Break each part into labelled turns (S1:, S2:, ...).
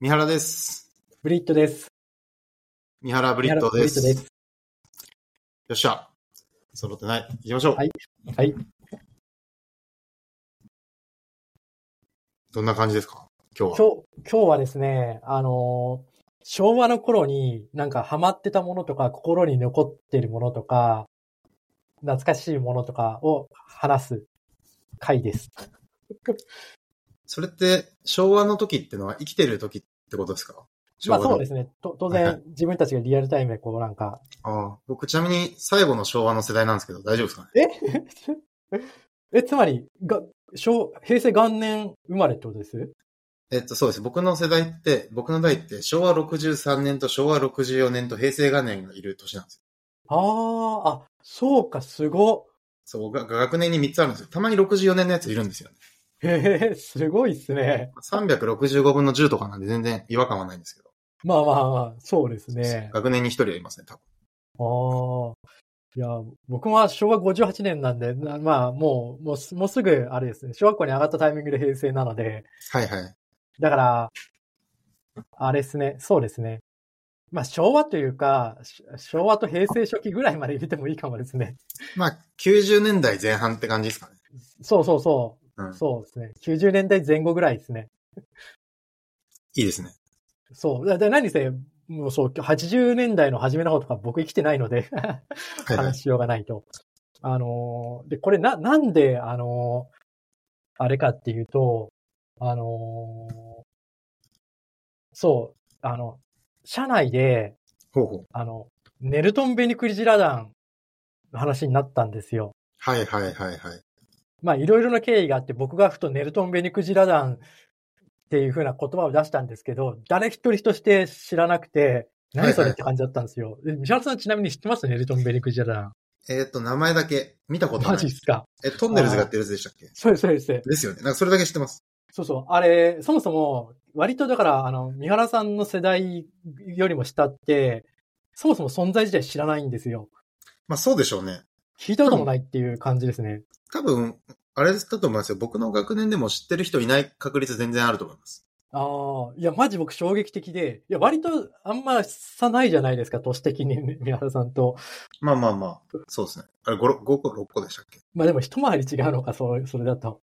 S1: 三原です。
S2: ブリットです。
S1: 三原ブ
S2: ブ
S1: リットです。
S2: ブリット
S1: よっしゃ。揃ってない。行きましょう。
S2: はいです。はい。
S1: どんな感じですか今日は。
S2: 今日、今日はですね、あのー昭和の頃になんかハマってたものとか、心に残っているものとか、懐かしいものとかを話す回です。
S1: それって、昭和の時ってのは生きてる時ってことですか昭
S2: ま
S1: 和
S2: あ
S1: の
S2: そうですね。と当
S1: はいは
S2: 然、自分たちがリアルタイムでこうなんか、
S1: ああ僕ちなみに最後の昭和の世代なんですけど、大丈夫ですかね
S2: え え、つまり、が、昭、平成元年生まれってことです
S1: えっと、そうです。僕の世代って、僕の代って昭和63年と昭和64年と平成元年がいる年なんですよ。
S2: ああ、あ、そうか、すご。
S1: そう、が学年に3つあるんですよ。たまに64年のやついるんですよね。
S2: へえ、すごいっすね。
S1: 365分の10とかなんで全然違和感はないんですけど。
S2: まあまあまあ、そうですね。
S1: 学年に1人はいますね、多分。
S2: ああ。いや、僕は昭和58年なんで、なまあ、もう、もうす、もうすぐ、あれですね、小学校に上がったタイミングで平成なので、
S1: はいはい。
S2: だから、あれですね、そうですね。まあ、昭和というか、し昭和と平成初期ぐらいまで見てもいいかもですね。
S1: まあ、90年代前半って感じですかね。
S2: そうそうそうう、
S1: ん。
S2: そうですね。90年代前後ぐらいですね。
S1: いいですね。
S2: そう。だ、だ何せ、もうそう、80年代の初めの方とか僕生きてないので、
S1: はいはい。
S2: 話しようがないと。あのーで、これな、なんで、あのーあれかっていうと、あのーそう、あの、社内で、
S1: ほうほう。
S2: あの、ネルトン・ベニクリジラ団の話になったんですよ。
S1: はいはいはいはい。
S2: まあ、いろいろな経緯があって、僕がふとネルトン・ベニクジラ団っていう風な言葉を出したんですけど、誰一人として知らなくて、何それって感じだったんですよ。え三原さんちなみに知ってますネルトン・ベニクジラ団。
S1: えっ、と、名前だけ見たことない。
S2: マジっすか。
S1: え、トンネルズがやってるやつでしたっけ
S2: そうです、そうです。
S1: ですよね。なんかそれだけ知ってます。
S2: そうそう。あれ、そもそも、割とだから、あの、三原さんの世代よりも下って、そもそも存在自体知らないんですよ。
S1: まあそうでしょうね。
S2: 聞いたこともないっていう感じですね。
S1: 多分、あれだと思いますよ。僕の学年でも知ってる人いない確率全然あると思います。
S2: ああ、いや、マジ僕衝撃的で、いや、割とあんま差ないじゃないですか、都市的に、ね、三原さんと。
S1: まあまあまあ、そうですね。あれ 5, 5個、6個でしたっけ
S2: まあでも一回り違うのか、そう、それだと。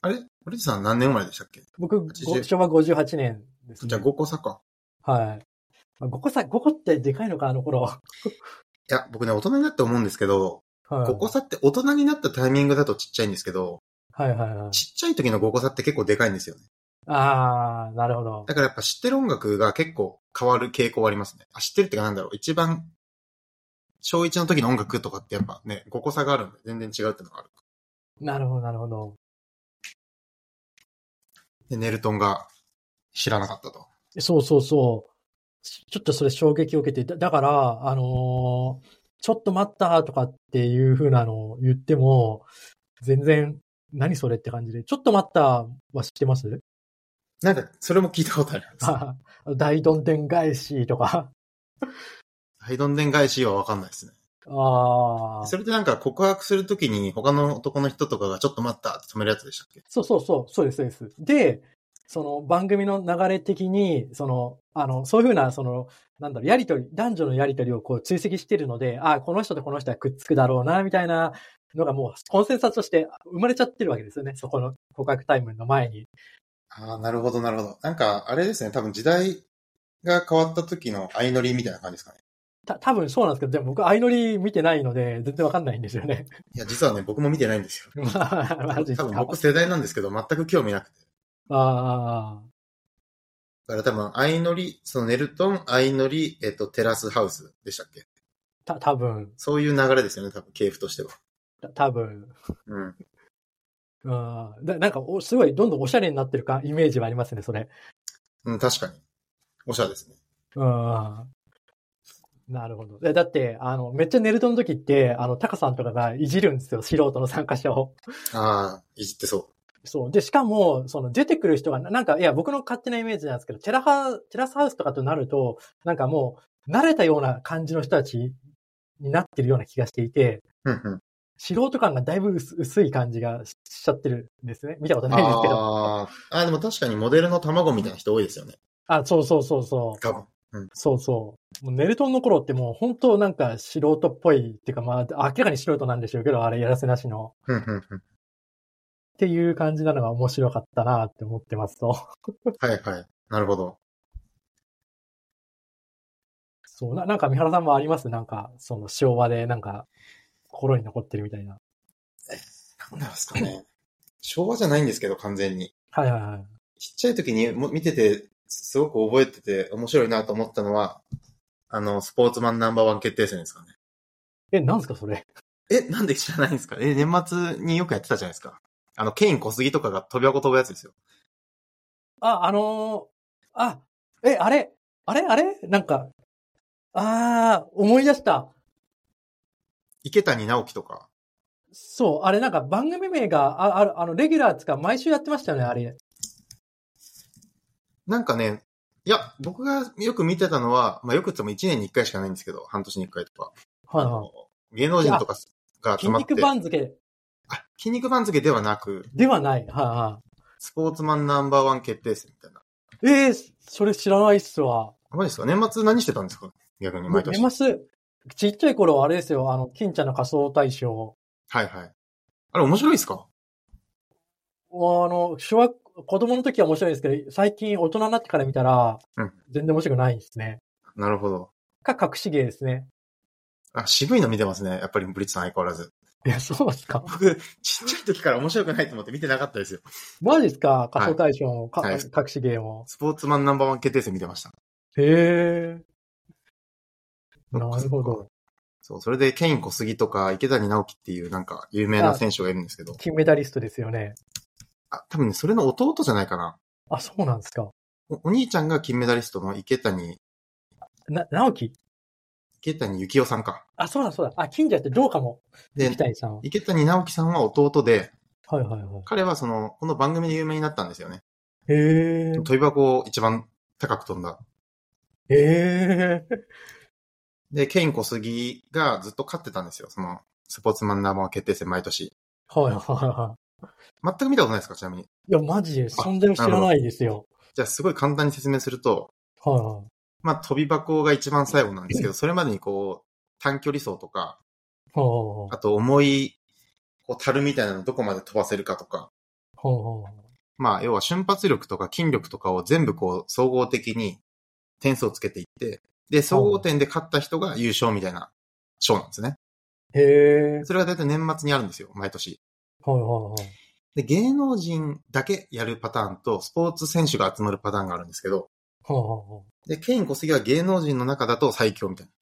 S1: あれブリッジさん何年生まれでしたっけ
S2: 僕、ご
S1: 80
S2: 昭和58年です、ね。
S1: じゃあ5個差か。
S2: はい。まあ、5個さ、5個ってでかいのか、あの頃。はい
S1: や、僕ね、大人になって思うんですけど、
S2: い。
S1: 5個差って大人になったタイミングだとちっちゃいんですけど、
S2: はいはいはい。
S1: ちっちゃい時の5個差って結構でかいんですよね。
S2: ああ、なるほど。
S1: だからやっぱ知ってる音楽が結構変わる傾向はありますね。あ、知ってるってかなんだろう。一番、小1の時の音楽とかってやっぱね、5個差があるんで全然違うってのがある。
S2: なるほど、なるほど。
S1: で、ネルトンが知らなかったと。
S2: そうそうそう。ちちょっとそれ衝撃を受けて、だだから、あのーちょっと待ったとかっていう風なのを言っても、全然、何それって感じで、ちょっと待ったは知ってます
S1: なんか、それも聞いたことあります。
S2: あ大どんでん返しとか。
S1: ハイドンデン返しはわかんないですね。
S2: ああ。
S1: それってなんか告白するときに他の男の人とかがちょっと待ったって止めるやつでしたっけ
S2: そうそうそう、そうです、そうです。で、その番組の流れ的に、その、あの、そういうふうな、その、なんだろう、やりとり、男女のやりとりをこう追跡してるので、ああ、この人とこの人はくっつくだろうな、みたいなのがもうコンセンサスとして生まれちゃってるわけですよね。そこの告白タイムの前に。
S1: ああ、なるほど、なるほど。なんか、あれですね、多分時代が変わった時の相乗りみたいな感じですかね。
S2: た、多分そうなんですけど、でも僕、相乗り見てないので、全然わかんないんですよね。
S1: いや、実はね、僕も見てないんですよ。
S2: まあ マジ
S1: 多
S2: か。
S1: 分僕世代なんですけど、全く興味なくて。
S2: ああ、
S1: だから多分、相乗り、そのネルトン、相乗り、えっと、テラスハウスでしたっけ
S2: た、多分、
S1: そういう流れですよね、多分、系譜としては。
S2: た、多分。
S1: うん。
S2: うん、だなんかお、すごい、どんどんおしゃれになってるか、イメージはありますね、それ。
S1: うん、確かに。おしゃれですね。
S2: うんなるほど。えだって、あの、めっちゃネルトの時って、あの、タカさんとかがいじるんですよ。素人の参加者を。
S1: ああ、いじってそ
S2: そう。で、しかも、その、出てくる人が、ななんか、いや、僕の勝手なイメージなんですけど、テラハ、テラスハウスとかとなると、なんかもう、慣れたような感じの人たちになってるような気がしていて、
S1: う。うんうん。
S2: 素人感がだいぶ薄薄い感じがししちゃってるんですね。見たことないんですけど。
S1: あーあー、でも確かにモデルの卵みたいな人多いですよね。
S2: あ、そうそうそうそう。
S1: 多分。
S2: そうそう。もうネルトンの頃ってもう本当なんか素人っぽいっていうかまあ明らかに素人なんでしょうけど、あれやらせなしの。
S1: ふんふんふん。
S2: っていう感じなのが面白かったなって思ってますと。
S1: はいはい。なるほど。
S2: そうな、なんか三原さんもありますなんか、その昭和でなんか心に残ってるみたいな。
S1: なんなんですかね。昭和じゃないんですけど、完全に。
S2: はいはいはい。
S1: ちっちゃい時にも見てて、すごく覚えてて面白いなと思ったのは、あの、スポーツマンナンバーワン決定戦ですかね。
S2: え、なんすかそれ。
S1: え、なんで知らないんですかえ、年末によくやってたじゃないですか。あの、ケイン小杉とかが飛び箱飛ぶやつですよ。
S2: あ、あのーあ、え、あれ、あれ、あれなんか、あー、思い出した。
S1: 池谷直樹とか。
S2: そう、あれなんか番組名が、あ、ある、あの、レギュラーつか毎週やってましたよね、あれ。
S1: なんかね、いや、僕がよく見てたのは、まあよくっても1年に1回しかないんですけど、半年に1回とか。
S2: はい
S1: あ
S2: はい
S1: の芸能人とかが。集
S2: 筋
S1: まって。
S2: 肉番付
S1: あ、筋肉番付ではなく、
S2: ではない。はいは
S1: スポーツマンナンバーワン決定戦みたいな。
S2: い。えー、それ知らないっすわ。
S1: マジですか年末何してたんですか逆に毎年。
S2: 見ます。ちっちゃい頃、あれですよ、あの、金ちゃんの仮装大賞。
S1: はいはい。あれ面白いですか
S2: あの、小学、子供の時は面白いですけど、最近大人になってから見たら
S1: うん、
S2: 全然面白くないですね。
S1: なるほど。
S2: か、隠し芸で すね。
S1: あ、渋いの見てますね。やっぱりブリッツさん相変わらず。
S2: いや、そうですか。
S1: 僕、ちっちゃい時から面白くないと思って見てなかったですよ。
S2: マジですか仮想大賞も、か
S1: はい
S2: 隠し芸も。
S1: スポーツマンナンバーワン決定戦見てました。
S2: へえ。
S1: そっか
S2: なるほど。
S1: そう、それでケイン小杉とか池谷直樹っていうなんか有名な選手がいるんですけど、
S2: 金メダリストですよね。
S1: あ、多分ね、それの弟じゃないかな。
S2: あ、そうなんですか。
S1: おお兄ちゃんが金メダリストの池谷、
S2: な、直樹
S1: 池谷幸雄さんか。
S2: あ、そうだそうだ。あ、金じゃなくてどうかも。
S1: で
S2: 三、谷さん。はい
S1: 池谷直樹さんは弟で、
S2: はいは
S1: 彼はその、この番組で有名になったんですよね。
S2: い。へ
S1: 飛び箱を一番高く飛んだ。
S2: え。へえ。
S1: で、ケイン小杉がずっと勝ってたんですよ。その、スポーツマンナンバーワン決定戦毎年。
S2: はいはいは
S1: 全く見たことないですかちなみに。
S2: い。いや、マジで、存在を知らないですよ。
S1: じゃあすごい簡単に説明すると、
S2: はいはい。
S1: まあ、飛び箱が一番最後なんですけど、それまでにこう、短距離走とか、
S2: ほう
S1: あと重い、こう、樽みたいなのどこまで飛ばせるかとか、
S2: ほうほう
S1: まあ、要は瞬発力とか筋力とかを全部こう、総合的に点数をつけていって、で、総合点で勝った人が優勝みたいな賞なんですね。
S2: へえ。
S1: それが大体年末にあるんですよ、毎年。
S2: はいはいはい。
S1: で、芸能人だけやるパターンと、スポーツ選手が集まるパターンがあるんですけど、
S2: ほうほ
S1: で、ケイン小杉は芸能人の中だと最強みたいな。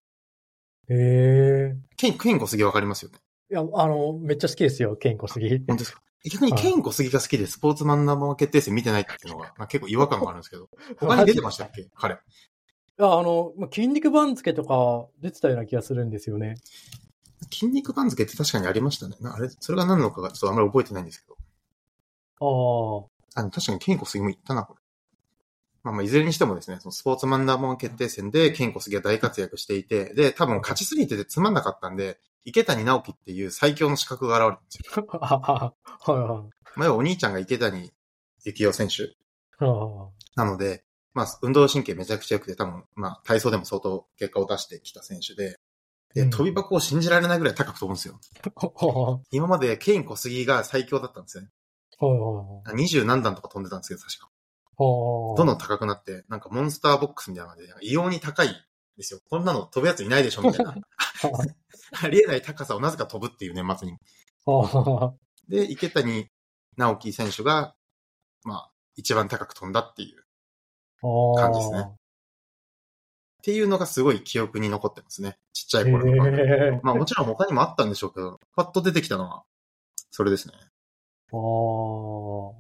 S2: うほうへえ。
S1: ケイン、ケイン小杉わかりますよね
S2: いや、あの、めっちゃ好きですよ、ケインコスギ。
S1: 本当ですか逆に、ケンコ杉が好きでスポーツマンナンバーワン決定戦見てないっていうのが、まあ、結構違和感があるんですけど、他に出てましたっけ彼。
S2: いや、あの、ま筋肉番付とか出てたような気がするんですよね。
S1: 筋肉番付って確かにありましたね。なあれ、それが何なのかがちょっとあんまり覚えてないんですけど。
S2: ああ。
S1: あの、確かにケンコ杉も言ったな、これ。まあまあ、いずれにしてもですね、そのスポーツマンナンバーワン決定戦でケンコ杉が大活躍していて、で、多分勝ちすぎててつまんなかったんで、池谷直樹っていう最強の資格が現れるんですよ。
S2: はいは
S1: まあ、要はお兄ちゃんが池谷幸雄選手
S2: い。は
S1: なので、まあ、運動神経めちゃくちゃ良くて、多分、まあ、体操でも相当結果を出してきた選手で、で、
S2: うん
S1: 飛び箱を信じられないぐらい高く飛ぶんですよ。
S2: は
S1: 今までケイン小杉が最強だったんですね。
S2: いは
S1: 二十何段とか飛んでたんですけど、確か。
S2: い。
S1: どんど
S2: の
S1: ん高くなって、なんかモンスターボックスみたいな感じで、異様に高いんですよ。こんなの飛ぶやついないでしょ、みたいな。ありえない高さをなぜか飛ぶっていう年末に。で、池谷直樹選手が、まあ、一番高く飛んだっていう、っ感じですねていうのがすごい記憶に残ってますね。ちっちゃい頃の番組
S2: へえ。
S1: まあもちろん他にもあったんでしょうけど、パッと出てきたのは、それですね。
S2: ああ。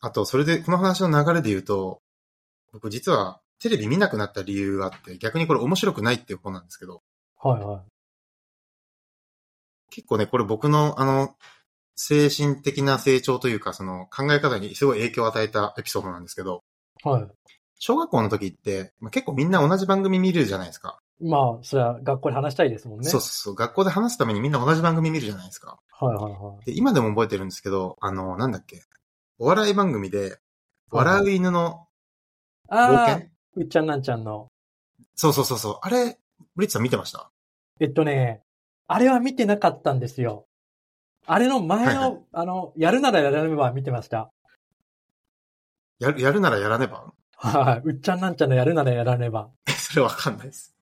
S1: あと、それで、この話の流れで言うと、僕実はテレビ見なくなった理由があって、逆にこれ面白くないっていう方なんですけど、
S2: はいはい。
S1: 結構ね、これ僕のあの、精神的な成長というか、その考え方にすごい影響を与えたエピソードなんですけど、
S2: はい。
S1: 小学校の時って、まあ、結構みんな同じ番組見るじゃないですか。
S2: まあ、それは学校で話したいですもんね。
S1: そうそうそう。学校で話すためにみんな同じ番組見るじゃないですか。
S2: はいはいはい。
S1: で、今でも覚えてるんですけど、あの、なんだっけ。お笑い番組で、笑う犬の冒
S2: ああ
S1: 険、
S2: うっちゃんなんちゃんの。
S1: そうそうそうそう。あれ、ブリッツさん見てました
S2: えっとね、あれは見てなかったんですよ。あれの前の、
S1: はいは
S2: あの、やるならやらねば見てました。
S1: やる、やるならやらねば
S2: はい。うっちゃんなんちゃんのやるならやらねば。
S1: それわかんない です。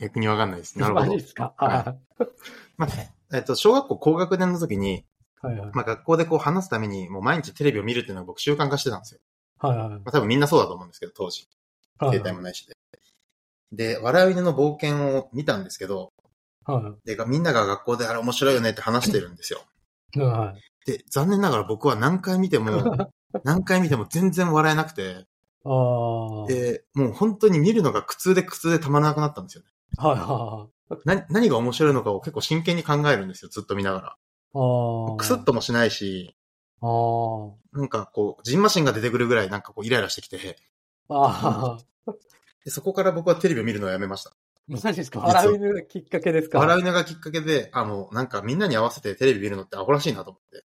S1: 逆にわかんないです。なるほ
S2: マジ
S1: ど
S2: っ。すか。
S1: は
S2: は
S1: まあ、えっと、小学校高学年の時に、
S2: い。はいはい。
S1: まあ学校でこう話すために、もう毎日テレビを見るっていうのが僕習慣化してたんですよ。
S2: はいはい
S1: まあ多分みんなそうだと思うんですけど、当時。
S2: はい。
S1: 携帯もないしで。で、笑う犬の冒険を見たんですけど、
S2: は
S1: で、がみんなが学校であれ面白いよねって話してるんです よ。
S2: い。は
S1: で、残念ながら僕は何回見ても、 何回見ても全然笑えなくて、
S2: い。ああ。
S1: で、もう本当に見るのが苦痛で苦痛でたまらなくなったんですよね。
S2: はいは
S1: な、何が面白いのかを結構真剣に考えるんですよ、ずっと見なが
S2: いはい。あ
S1: ら。
S2: あ。
S1: くすっともしないし、
S2: あ
S1: なんかこう、ジンマシンが出てくるぐらいなんかこうイライラしてきて、
S2: あ。ああ。
S1: でそこから僕はテレビを見るのをやめました。
S2: マジっす
S1: 実
S2: か。
S1: は
S2: 笑う犬がきっかけですか。
S1: 笑
S2: う。
S1: うのがきっかけで、あ、もうなんかみんなに合わせてテレビ見るのってアホらしいなと思って。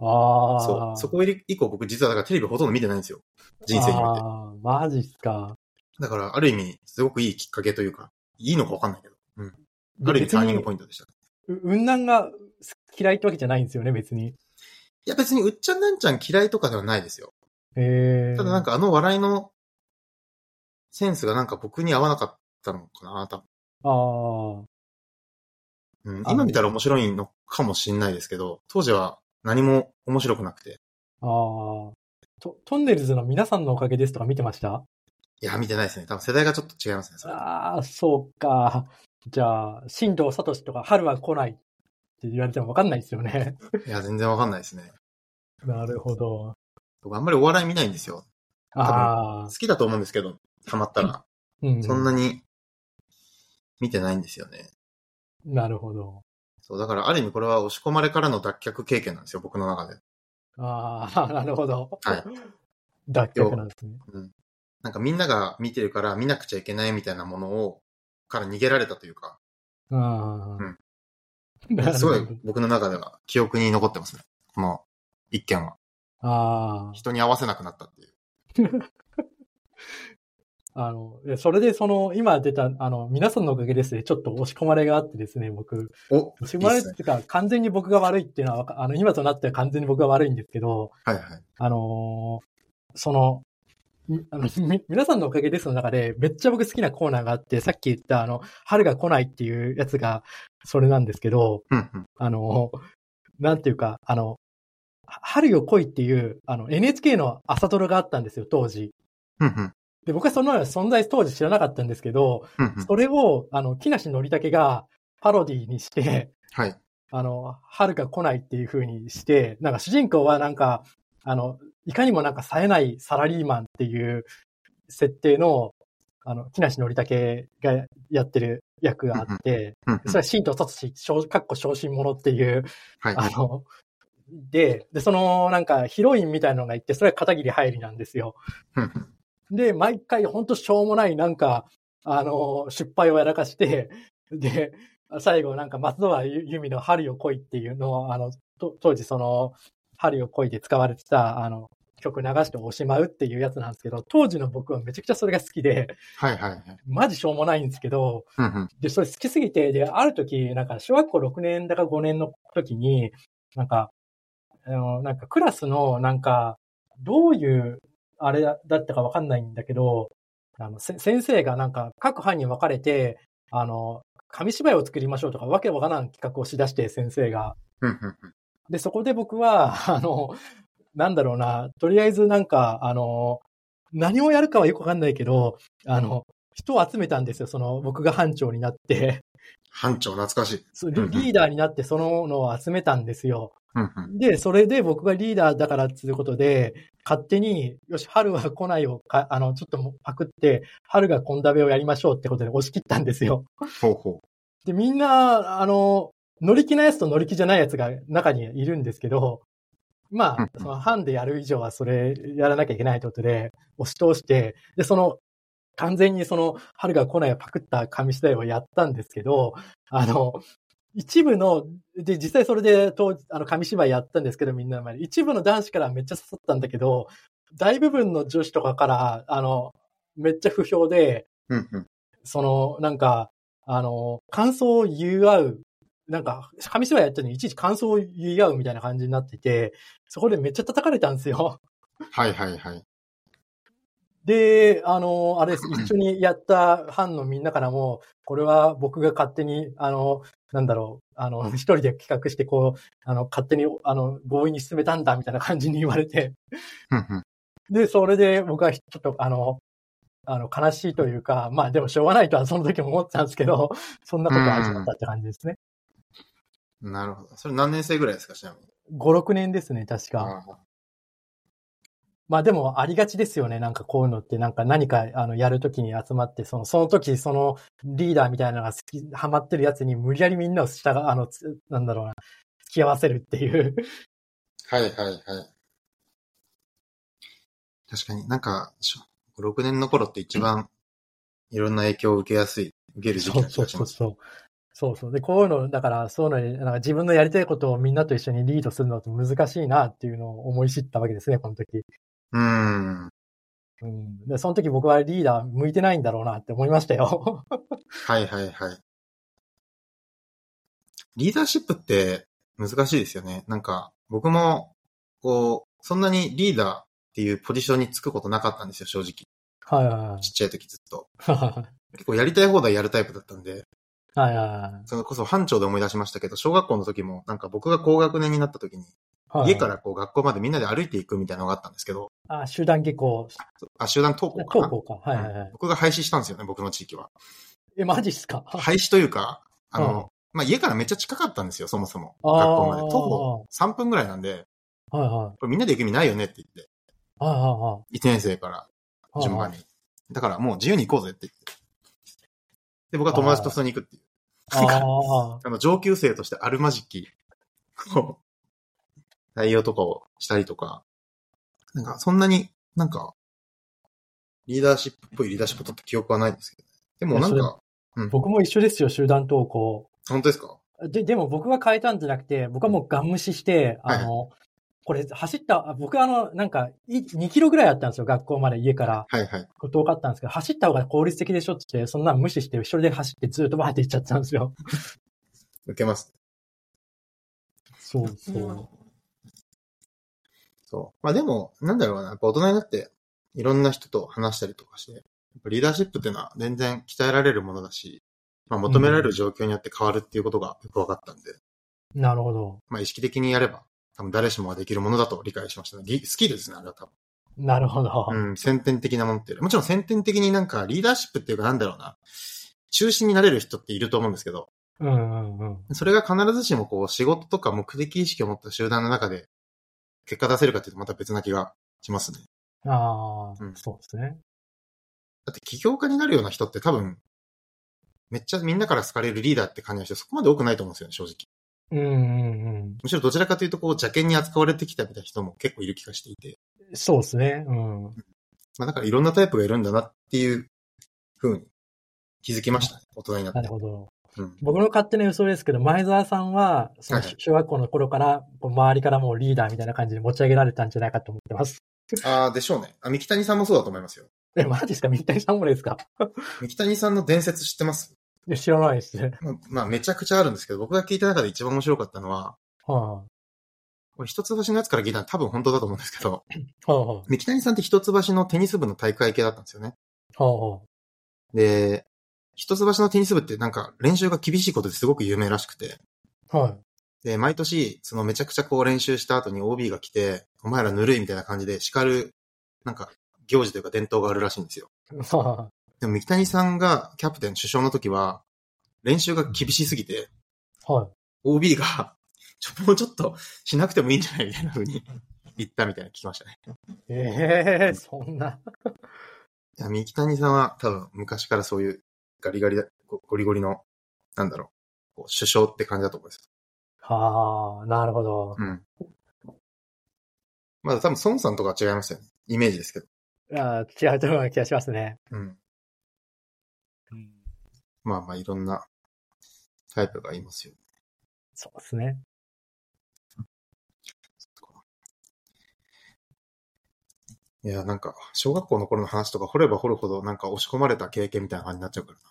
S2: ああ。
S1: そう。そこ以降僕実はだからテレビほとんど見てないんですよ。人生において。
S2: ああ。マジっすか。
S1: だからある意味、すごくいいきっかけというか、いいのかわかんないけど。うん。ある意味ターニングポイントでした。
S2: 別にう雲南が嫌いってわけじゃないんですよね、別に。
S1: いや別にうっちゃんなんちゃん嫌いとかではないですよ。
S2: ええ
S1: ただなん
S2: か。
S1: かあの笑いのセンスがなんか僕に合わなかったのかな、多分。
S2: ああ。
S1: うん、今見たら面白いのかもしんないですけど、当時は何も面白くなくて。
S2: ああ。と、トンネルズの皆さんのおかげですとか見てました
S1: いや、見てないですね。多分世代がちょっと違いますね、それ。
S2: ああ、そうか。じゃあ、新藤聡とか春は来ないって言われてもわかんないですよ ね。
S1: いや、全然わかんないですね。
S2: なるほど。
S1: 僕あんまりお笑い見ないんですよ。
S2: ああ
S1: 好。きだと思うんですけど、ハマったら。
S2: うん
S1: そんなに見てないんですよね。
S2: なるほど。
S1: そう、だからある意味これは押し込まれからの脱却経験なんですよ、僕の中で。
S2: ああ、 なるほど。
S1: はい。
S2: 脱却なんですね。
S1: なんかみんなが見てるから見なくちゃいけないみたいなものを、から逃げられたというか、
S2: ああ。なる
S1: すごい
S2: ほど
S1: 僕の中では記憶に残ってますね。この一件は。
S2: あ
S1: 人に合わせなくなったっていう。
S2: あ。あの、えそれでその、今出た、あの、皆さんのおかげですね、ちょっと押し込まれがあってですね、僕。
S1: お
S2: 押し込ま
S1: い
S2: れ
S1: い
S2: っ
S1: ってすね
S2: いうか、完全に僕が悪いっていうのはわか、あの、今となっては完全に僕が悪いんですけど、
S1: はいはい。
S2: あのーその、みあのみ皆さんのおかげですの中で、めっちゃ僕好きなコーナーがあって、さっき言った、あの、春が来ないっていうやつが、それなんですけど、
S1: うんうん。
S2: あのーなんていうか、あの、は春よ来いっていう、あの、NHK の朝ドラがあったんですよ、当時。
S1: うんうん。
S2: で、僕はそのような存在当時知らなかったんですけど、
S1: うんうん。
S2: それを、あの、木梨憲武がパロディにして、
S1: はい。
S2: あの、春が来ないっていう風にして、なんか主人公はなんか、あの、いかにもなんか冴えないサラリーマンっていう設定の、あの、木梨憲武がやってる役があって、
S1: うんうん
S2: それは新藤達志、小かっこ昇進者っていう、
S1: はい。
S2: あの、で、で、そのなんかヒロインみたいなのがいて、それは片桐入りなんですよ。
S1: うんうん
S2: で、毎回ほんとしょうもないなんか、あの、失敗をやらかして、で、最後なんか松戸由由美の春よ来いっていうのを、あの、と当時その、春よ来いで使われてた、あの、曲流しておしまうっていうやつなんですけど、当時の僕はめちゃくちゃそれが好きで、
S1: はいはいはい。
S2: マジしょうもないんですけど、
S1: うんうん。
S2: で、それ好きすぎて、で、ある時、なんか、小学校6年だか5年の時に、なんか、あの、なんか、クラスの、なんか、どういう、あれだったかわかんないんだけど、あの、せ先生がなんか、各班に分かれて、あの、紙芝居を作りましょうとか、わけわからん企画をしだして、先生が。
S1: うんうんうん。
S2: で、そこで僕は、あ の、なんだろうな、とりあえずなんか、あの、何をやるかはよくわかんないけど、あの、人を集めたんですよ。その、僕が班長になって。
S1: 班長懐かしい。
S2: そう
S1: うんう
S2: リ
S1: ん
S2: リーダーになってそののを集めたんですよ。
S1: うんうん。
S2: で、それで僕がリーダーだからっていうことで、勝手に、よし、春は来ないをか、あの、ちょっともうパクって、春がこんだべをやりましょうってことで押し切ったんですよ。
S1: ほうほ
S2: で、みんな、あの、乗り気なやつと乗り気じゃないやつが中にいるんですけど、ま
S1: うん
S2: あ、その、ハンでやる以上はそれやらなきゃいけないってことで、押し通して、で、その、完全にその、春が来ないをパクった紙次第をやったんですけど、あの、一部の、で、実際それで当時、あの、紙芝居やったんですけど、みんなの前で。一部の男子からめっちゃ刺さったんだけど、大部分の女子とかから、あの、めっちゃ不評で、
S1: うんうん。
S2: その、なんか、あの、感想を言い合う、なんか、紙芝居やったのにいちいち感想を言い合うみたいな感じになってて、そこでめっちゃ叩かれたんですよ。
S1: はいはいはい。
S2: で、あの、あれです。 一緒にやった班のみんなからも、これは僕が勝手に、あの、なんだろう、あの、一人で企画して、こう、あの、勝手に、あの、強引に進めたんだ、みたいな感じに言われて。
S1: うんうん。
S2: で、それで僕はちょっと、あの、あの、悲しいというか、まあでもしょうがないとはその時も思ってたんですけど、そんなことが始まったって感じですね。
S1: なるほど。それ何年生ぐらいですか、ちなみに。
S2: 5、6年ですね、確か。
S1: あ
S2: まあでもありがちですよね。なんかこういうのって、なんか何かあのやるときに集まって、その、その時そのリーダーみたいなのが好き、ハマってるやつに無理やりみんなを従う、あの、つなんだろうな、付き合わせるっていう。
S1: はいはいはい。確かになんか、しょ5、6年の頃って一番いろんな影響を受けやすい、受ける時期
S2: そう
S1: な気
S2: そう
S1: がし
S2: そ
S1: ま
S2: う
S1: す。
S2: そう。そうそう。で、こういうの、だから、そういうのに、なんか自分のやりたいことをみんなと一緒にリードするのって難しいなっていうのを思い知ったわけですね、この時。
S1: うーん。
S2: うん。で、その時僕はリーダー向いてないんだろうなって思いましたよ。
S1: はいはいはい。リーダーシップって難しいですよね。なんか、僕も、こう、そんなにリーダーっていうポジションにつくことなかったんですよ、正直。
S2: はいは
S1: ちっちゃい時ずっと。
S2: いはい。
S1: 結構やりたい放題やるタイプだったんで、
S2: はいは
S1: それこそ班長で思い出しましたけど、小学校の時も、なんか僕が高学年になった時に、
S2: いはい。
S1: 家からこう学校までみんなで歩いていくみたいなのがあったんですけど、
S2: あ、集団下校。
S1: あ、集団登校か
S2: 高
S1: な。
S2: 校か。はいはいは
S1: うん
S2: い。
S1: 僕が廃止したんですよね、僕の地域は。
S2: え、マジっすか
S1: 廃止というか、あの、まあ、家からめっちゃ近かったんですよ、そもそも。
S2: あ
S1: 学
S2: ー
S1: 校まで。徒歩3分ぐらいなんで、
S2: はいはい。
S1: これみんなで行く意味ないよねって言って、
S2: はいは
S1: 1年生から
S2: いはい。
S1: 順番に。だからもう自由に行こうぜって言って。で、僕は友達と普通に行くっていう。
S2: ああ。
S1: あの、上級生としてあるまじき、こう、対応とかをしたりとか、なんか、そんなに、なんか、リーダーシップっぽいリーダーシップ取った記憶はないんですけど、でもなん
S2: いや
S1: か、うん、
S2: 僕も一緒ですよ、集団登校。
S1: 本当ですか
S2: で、でも僕が変えたんじゃなくて、僕はもうガン無視して、
S1: はい
S2: あの、これ走った、あ僕あの、なんか、い2キロぐらいあったんですよ、学校まで家から。
S1: はいはい。
S2: 遠かったんですけど、走った方が効率的でしょって言って、そんなん無視して、後ろで走ってずっとバーって行っちゃったんですよ。
S1: 受けます。
S2: そうそう。
S1: そう。まあでも、なんだろうな、やっぱ大人になって、いろんな人と話したりとかして、やっぱリーダーシップっていうのは全然鍛えられるものだし、まあ求められる状況によって変わるっていうことがよく分かったんで、
S2: なるほど。
S1: まあ意識的にやれば、多分誰しもができるものだと理解しましたね。ぎスキルですね、あれは多
S2: なるほど。
S1: 分。うん、先天的なものっていうよりもちろん先天的になんかリーダーシップっていうかなんだろうな、中心になれる人っていると思うんですけど、
S2: うんうんうん。
S1: それが必ずしもこう仕事とか目的意識を持った集団の中で結果出せるかっていうとまた別な気がしますね。
S2: ああ、
S1: うん
S2: そうですね。
S1: だって起業家になるような人って多分、めっちゃみんなから好かれるリーダーって感じの人そこまで多くないと思うんですよね、正直。
S2: うんうんうん。
S1: むしろどちらかというとこう邪険に扱われてきたみたいな人も結構いる気がしていて。
S2: そうですね。うん。
S1: まあだからいろんなタイプがいるんだなっていう風に気づきましたね、大人になって。
S2: なるほど。
S1: うん、
S2: 僕の勝手な予想ですけど、前澤さんは、その
S1: はいはい
S2: 小学校の頃から、こう周りからもうリーダーみたいな感じで持ち上げられたんじゃないかと思ってます。
S1: ああ、でしょうね。あ、三木谷さんもそうだと思いますよ。
S2: え、マジですか三谷さんもですか
S1: 三木谷さんの伝説知ってます
S2: いや知らないですね。
S1: まあ、まあめちゃくちゃあるんですけど、僕が聞いた中で一番面白かったのは、
S2: は
S1: これ一橋のやつから聞いたの多分本当だと思うんですけど、
S2: あ、は
S1: 三木谷さんって一橋のテニス部の大会系だったんですよね。
S2: あ、は
S1: で、一橋のテニス部ってなんか練習が厳しいことですごく有名らしくて、
S2: あ、はい。
S1: で、毎年、そのめちゃくちゃこう練習した後に OB が来て、お前らぬるいみたいな感じで叱る、なんか行事というか伝統があるらしいんですよ。
S2: は
S1: でも三木谷さんがキャプテン首相の時は、練習が厳しすぎて、
S2: あ、はい。
S1: OB が、ちょ、もうちょっとしなくてもいいんじゃないみたいな風に言ったみたいなの聞きましたね。
S2: ええそんな。
S1: いや、三木谷さんは多分昔からそういうガリガリだ、ゴゴリゴリの、なんだろう、こう首相って感じだと思うんですよ
S2: はあ、なるほど。
S1: うん。まだ多分、孫さんとかは違いますよね。イメージですけど。
S2: あー違うと思うような気がしますね。
S1: うん。まあまあいろんなタイプがいますよね。
S2: そうですね。
S1: いや、なんか、小学校の頃の話とか掘れば掘るほど、なんか押し込まれた経験みたいな感じになっちゃうからな。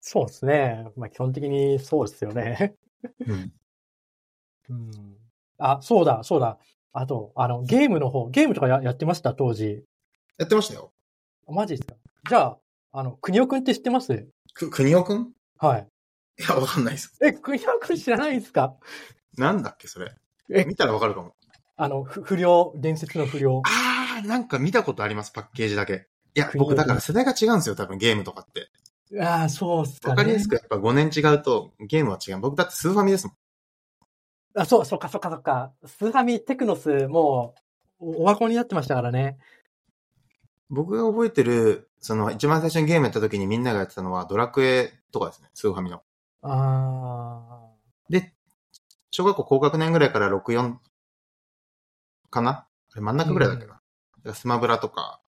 S2: そうですね。まあ基本的にそうですよね。
S1: うん。
S2: うん。あ、そうだ、そうだ。あと、あの、ゲームの方、ゲームとかややってました、当時。
S1: やってましたよ。
S2: マジですかじゃあ、あの、国尾くんって知ってます
S1: く、くにおくん
S2: はい。
S1: いや、わかんないです。
S2: え、国尾くん知らないですか
S1: なんだっけ、それ。
S2: え
S1: 見たらわかるかも。
S2: あの、ふ不良、伝説の不良。
S1: あー、なんか見たことあります、パッケージだけ。いや、
S2: 国
S1: 僕
S2: 尾くん
S1: だから世代が違うんですよ、多分ゲームとかって。
S2: ああ、そうっすか、ね。
S1: わかりやすくやっぱ5年違うとゲームは違う。僕だってスーファミですもん。
S2: あ、そう、そうか、そうか、そうか。スーファミ、テクノス、もう、おお箱になってましたからね。
S1: 僕が覚えてる、その一番最初にゲームやった時にみんながやってたのはドラクエとかですね、スーファミの。
S2: あ
S1: で、小学校高学年ぐらいから64かなあれ真ん中ぐらいだっけどな。だからスマブラとか、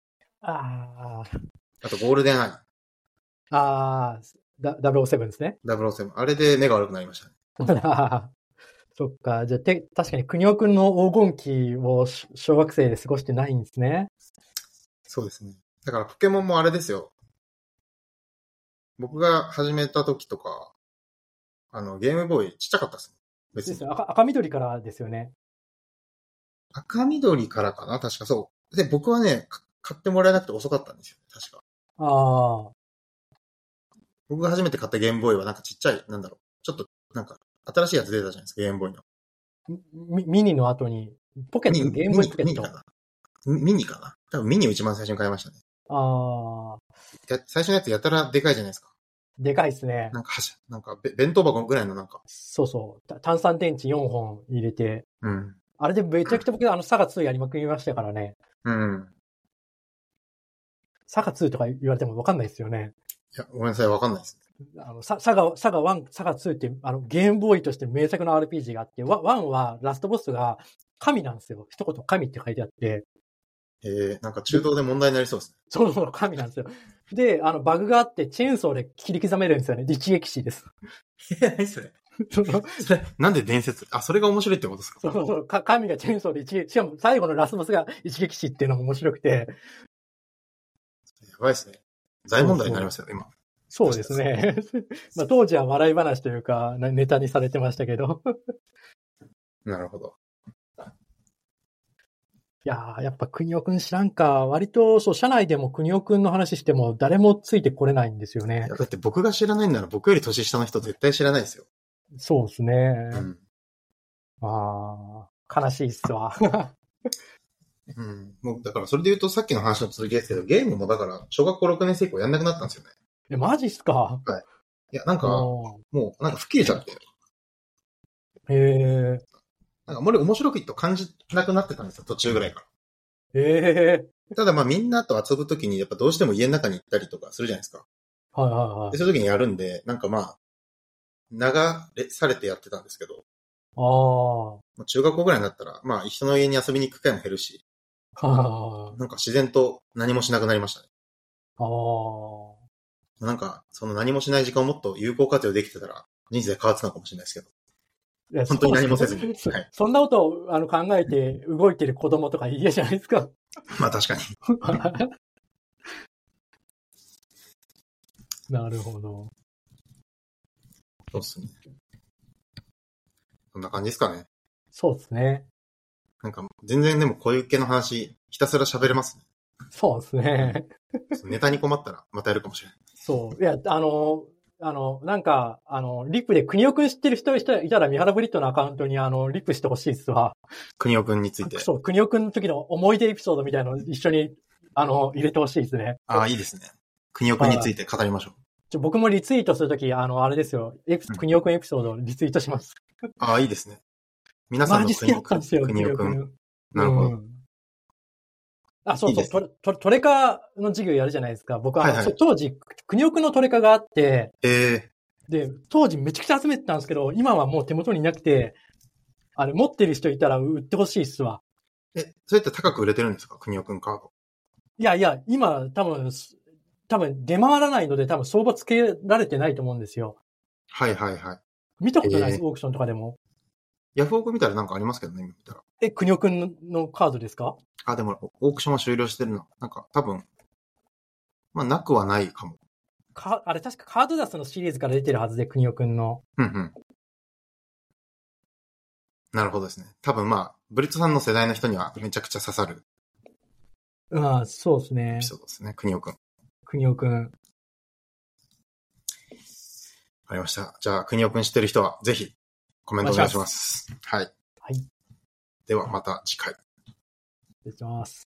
S2: あ、あ
S1: あとゴールデンアイ、
S2: あ、ああ、だ007ですね。
S1: 007。あれで目が悪くなりましたね。
S2: そっか、じゃあ、て、確かに、国尾くんの黄金期をし小学生で過ごしてないんですね。
S1: そうですね。だからポケモンもあれですよ。僕が始めた時とか、あの、ゲームボーイちっちゃかったですもん。別
S2: で
S1: に
S2: す。よ赤赤緑からですよね。
S1: 赤緑からかな確かそう。で、僕はね、か買ってもらえなくて遅かったんですよ。確か。
S2: ああ、
S1: 僕が初めて買ったゲームボーイはなんかちっちゃい、なんだろう。ちょっと、なんか、新しいやつ出たじゃないですか、ゲームボーイの。
S2: ミミニの後に、ポケット、ゲームボーイポケ
S1: ミ
S2: ッ
S1: ニ
S2: ト。
S1: か
S2: あ
S1: なミミニかな多分ミニを一番最初に買いましたね。
S2: あ
S1: や最初のやつやたらでかいじゃないですか。
S2: ー、でかいっすね。
S1: なんかはし、なんかべ、弁当箱ぐらいのなんか。
S2: そうそう。た炭酸電池4本入れて、
S1: うん。
S2: あれでめちゃくちゃ僕、あの、サガ2やりまくりましたからね。
S1: うん。
S2: サガ2とか言われてもわかんないですよね。
S1: いや、ごめんなさい、わかんないです。
S2: あの、ササガ、サガ1、サガ2って、あの、ゲームボーイとして名作の RPG があって、ワ1はラストボスが神なんですよ。一言神って書いてあって、
S1: えー、なんか中東で問題になりそうですね。
S2: その神なんですよ。で、あの、バグがあって、チェーンソーで切り刻めるんですよね。で一撃死です。
S1: え、 何それ
S2: その、
S1: それ、なんで伝説あ、それが面白いってことですか
S2: そのそのか神がチェーンソーで一撃、しかも最後のラスボスが一撃死っていうのも面白くて、
S1: やばいですね。大問題になりますよ、今。
S2: そうですね。 まあ、当時は笑い話というか、なネタにされてましたけど。
S1: なるほど。
S2: いやー、やっぱ国尾くん知らんか。割と、そう、社内でも国尾くんの話しても誰もついてこれないんですよ
S1: い
S2: ね
S1: や。だって僕が知らないなら僕より年下の人絶対知らないですよ。
S2: そうですね。
S1: うん。
S2: あー、悲しいっすわ。
S1: うん。もうだからそれで言うとさっきの話の続きですけど、ゲームもだから小学校6年生以降やんなくなったんですよね。
S2: え、マジっすか。
S1: いや、なんか、
S2: も
S1: もうなんか吹っ切れちゃって、
S2: うえ
S1: なんかあんまり面白くと感じなくなってたんですよ、途中ぐらいか
S2: ー、え
S1: ら。ただまあみんなと遊ぶときにやっぱどうしても家の中に行ったりとかするじゃないですか。
S2: ー、はいはいは
S1: で、
S2: い。
S1: そういうときにやるんで、なんかまあ、流れされてやってたんですけど、
S2: あー、
S1: まあ中学校ぐらいになったら、まあ人の家に遊びに行く機会も減るし、
S2: あー、
S1: なんか自然と何もしなくなりましたね。
S2: あー。
S1: なんか、その何もしない時間をもっと有効活用できてたら、人生変わってたのかもしれないですけど。
S2: いや
S1: 本当に何もせず
S2: そう
S1: に
S2: そ
S1: はい
S2: そんなことをあの考えて動いてる子供とか嫌じゃないですか。
S1: まあ確かに。
S2: なるほど。
S1: そうっすね。こんな感じですかね。
S2: そうですね。
S1: なんか、全然でもこういう系の話、ひたすら喋れます ね。
S2: そうですね。
S1: ネタに困ったら、またやるかもしれない。
S2: そう。いや、あの、あの、なんか、あの、リップで国尾くん知ってる人いたら、三原ブリットのアカウントに、あの、リップしてほしいっすわ。
S1: 国尾くんについて。
S2: そう、国尾くんの時の思い出エピソードみたいなのを一緒に、あの、入れてほしいですね。
S1: ああ、いいですね。国尾くんについて語りましょう。
S2: ちょ僕もリツイートするとき、あの、あれですよ、エピ
S1: うん
S2: 国尾くんエピソードをリツイートします。
S1: ああ、いいですね。皆さん
S2: マ
S1: の
S2: ジ好き
S1: 国
S2: だ
S1: 尾
S2: っ
S1: く
S2: たん
S1: ん。
S2: ですよ、
S1: 国尾くん。なるほど。
S2: うんあ、そう
S1: いい
S2: そ
S1: です
S2: う、トレトレトレカの授業やるじゃないですか。僕は、
S1: はいはい
S2: そう当時、国奥のトレカがあって、
S1: ええ
S2: で、当時めちゃくちゃ集めてたんですけど、今はもう手元になくて、あれ、持ってる人いたら売ってほしいっすわ。
S1: え、そうやって高く売れてるんですか国尾くんカード。
S2: いやいや、今、多分、す多分出回らないので多分相場つけられてないと思うんですよ。
S1: はいはいはい。
S2: 見たことないです、オークションとかでも。
S1: ヤフオク見たらなんかありますけどね、今見たら。
S2: え、くにおくんのカードですか
S1: あ、でも、オークションは終了してるな。なんか、多分、まあ、なくはないかも。
S2: か、あれ確かカードダスのシリーズから出てるはずで、くにおくんの。
S1: うんうん。なるほどですね。多分まあ、ブリットさんの世代の人にはめちゃくちゃ刺さる
S2: うん、そうですね
S1: エピ。ソードですね。国尾くん。わ
S2: くにおくん。
S1: かりました。じゃあ、国尾くん知ってる人は、ぜひ、コメントお願いします。はい。
S2: はい。
S1: では、また次回。
S2: 失礼します。